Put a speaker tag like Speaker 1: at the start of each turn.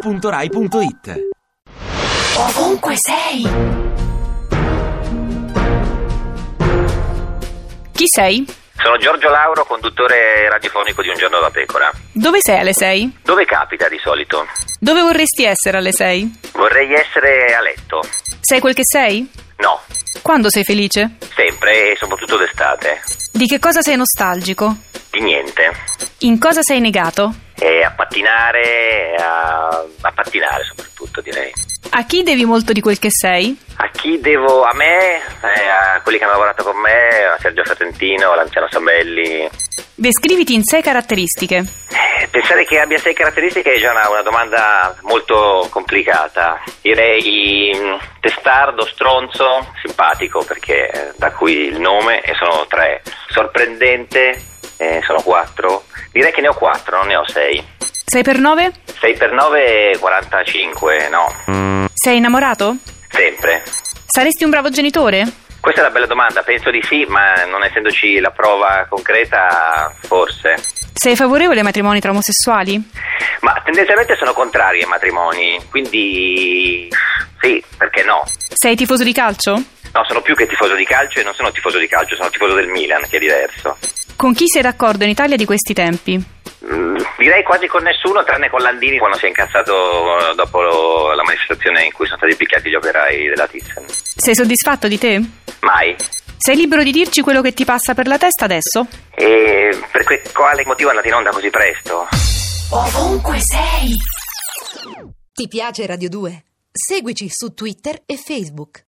Speaker 1: radio2pod.rai.it
Speaker 2: Ovunque sei! Chi sei?
Speaker 3: Sono Giorgio Lauro, conduttore radiofonico di Un giorno da pecora.
Speaker 2: Dove sei alle 6?
Speaker 3: Dove capita di solito?
Speaker 2: Dove vorresti essere alle 6?
Speaker 3: Vorrei essere a letto.
Speaker 2: Sei quel che sei?
Speaker 3: No,
Speaker 2: Quando sei felice?
Speaker 3: sempre e soprattutto d'estate.
Speaker 2: Di che cosa sei nostalgico?
Speaker 3: Di niente.
Speaker 2: In cosa sei negato?
Speaker 3: E a pattinare, a, a pattinare soprattutto direi.
Speaker 2: A chi devi molto di quel che sei?
Speaker 3: A chi devo? A me, eh, a quelli che hanno lavorato con me, a Sergio Satentino, a Lanciano Sabelli.
Speaker 2: Descriviti in sei caratteristiche.
Speaker 3: Eh, Pensare che abbia sei caratteristiche è già una, una domanda molto complicata. Direi mm, testardo, stronzo, simpatico perché eh, da qui il nome e sono tre. Sorprendente, eh, sono quattro. Direi che ne ho quattro, non ne ho sei.
Speaker 2: 6 per 9?
Speaker 3: 6 per 9 45, no,
Speaker 2: Sei innamorato?
Speaker 3: sempre.
Speaker 2: Saresti un bravo genitore?
Speaker 3: Questa è una bella domanda, penso di sì, ma non essendoci la prova concreta, forse.
Speaker 2: Sei favorevole ai matrimoni tra omosessuali?
Speaker 3: Ma tendenzialmente sono contrari ai matrimoni, quindi sì, perché no?
Speaker 2: Sei tifoso di calcio?
Speaker 3: No, sono più che tifoso di calcio e non sono tifoso di calcio, sono tifoso del Milan, che è diverso.
Speaker 2: Con chi sei d'accordo in Italia di questi tempi?
Speaker 3: Mm, Direi quasi con nessuno, tranne con Landini quando si è incazzato eh, dopo lo- la manifestazione in cui sono stati picchiati gli operai della Thyssen.
Speaker 2: Sei soddisfatto di te?
Speaker 3: Mai.
Speaker 2: Sei libero di dirci quello che ti passa per la testa adesso?
Speaker 3: E per que- quale motivo è andata in onda così presto?
Speaker 2: Ovunque sei!
Speaker 4: Ti piace Radio 2? Seguici su Twitter e Facebook.